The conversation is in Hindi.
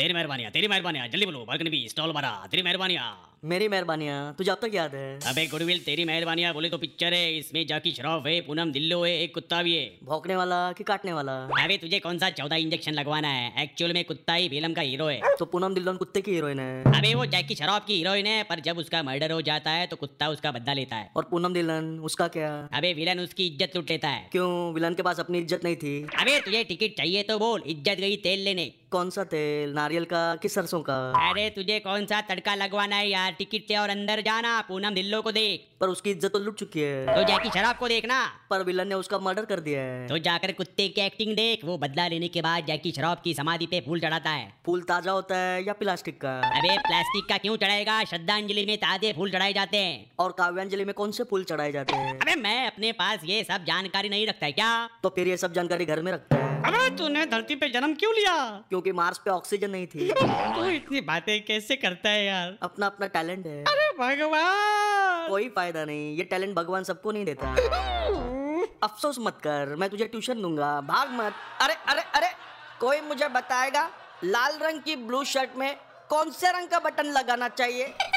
मेहरबानिया तेरी मेहरबानिया जल्दी बोलो बालकनी भी स्टॉल मारा तेरी मेहरबानिया मेरी मेहरबानियाँ तुझे अब तक याद है अबे गुडविल तेरी मेहरबानिया बोले तो पिक्चर है इसमें जाकी श्रॉफ है पूनम दिल्लो है एक कुत्ता भी है भौंकने वाला कि काटने वाला अबे तुझे कौन सा चौदह इंजेक्शन लगवाना है एक्चुअल में कुत्ता ही फिल्म का हीरो है तो पूनम दिल्लोन कुत्ते की हीरोइन है अबे वो जैकी श्रॉफ की हीरोइन है पर जब उसका मर्डर हो जाता है तो कुत्ता उसका बदला लेता है और पूनम दिल्लन उसका क्या अबे विलन उसकी इज्जत लूट लेता है क्यों विलन के पास अपनी इज्जत नहीं थी अबे तुझे टिकट चाहिए तो बोल इज्जत गई तेल लेने कौन सा तेल नारियल का कि सरसों का अरे तुझे कौन सा तड़का लगवाना है यार टिकट से और अंदर जाना पूनम दिल्लो को देख पर उसकी इज्जत तो लुट चुकी है तो जैकी श्रॉफ को देखना पर विलन ने उसका मर्डर कर दिया है तो जाकर कुत्ते की एक्टिंग देख वो बदला लेने के बाद जैकी श्रॉफ की समाधि पे फूल चढ़ाता है फूल ताजा होता है या प्लास्टिक का अबे प्लास्टिक का क्यों चढ़ाएगा श्रद्धांजलि में ताजे फूल चढ़ाए जाते हैं और काव्यांजलि में कौन से फूल चढ़ाए जाते हैं अबे मैं अपने पास ये सब जानकारी नहीं रखता है क्या तो फिर ये सब जानकारी घर में रखता है अबे तूने धरती पे जन्म क्यों लिया क्योंकि मार्स पे ऑक्सीजन नहीं थी तू इतनी बातें कैसे करता है यार अपना अपना टैलेंट है अरे भगवान कोई फायदा नहीं ये टैलेंट भगवान सबको नहीं देता अफसोस मत कर मैं तुझे ट्यूशन दूंगा भाग मत अरे अरे अरे कोई मुझे बताएगा लाल रंग की ब्लू शर्ट में कौन से रंग का बटन लगाना चाहिए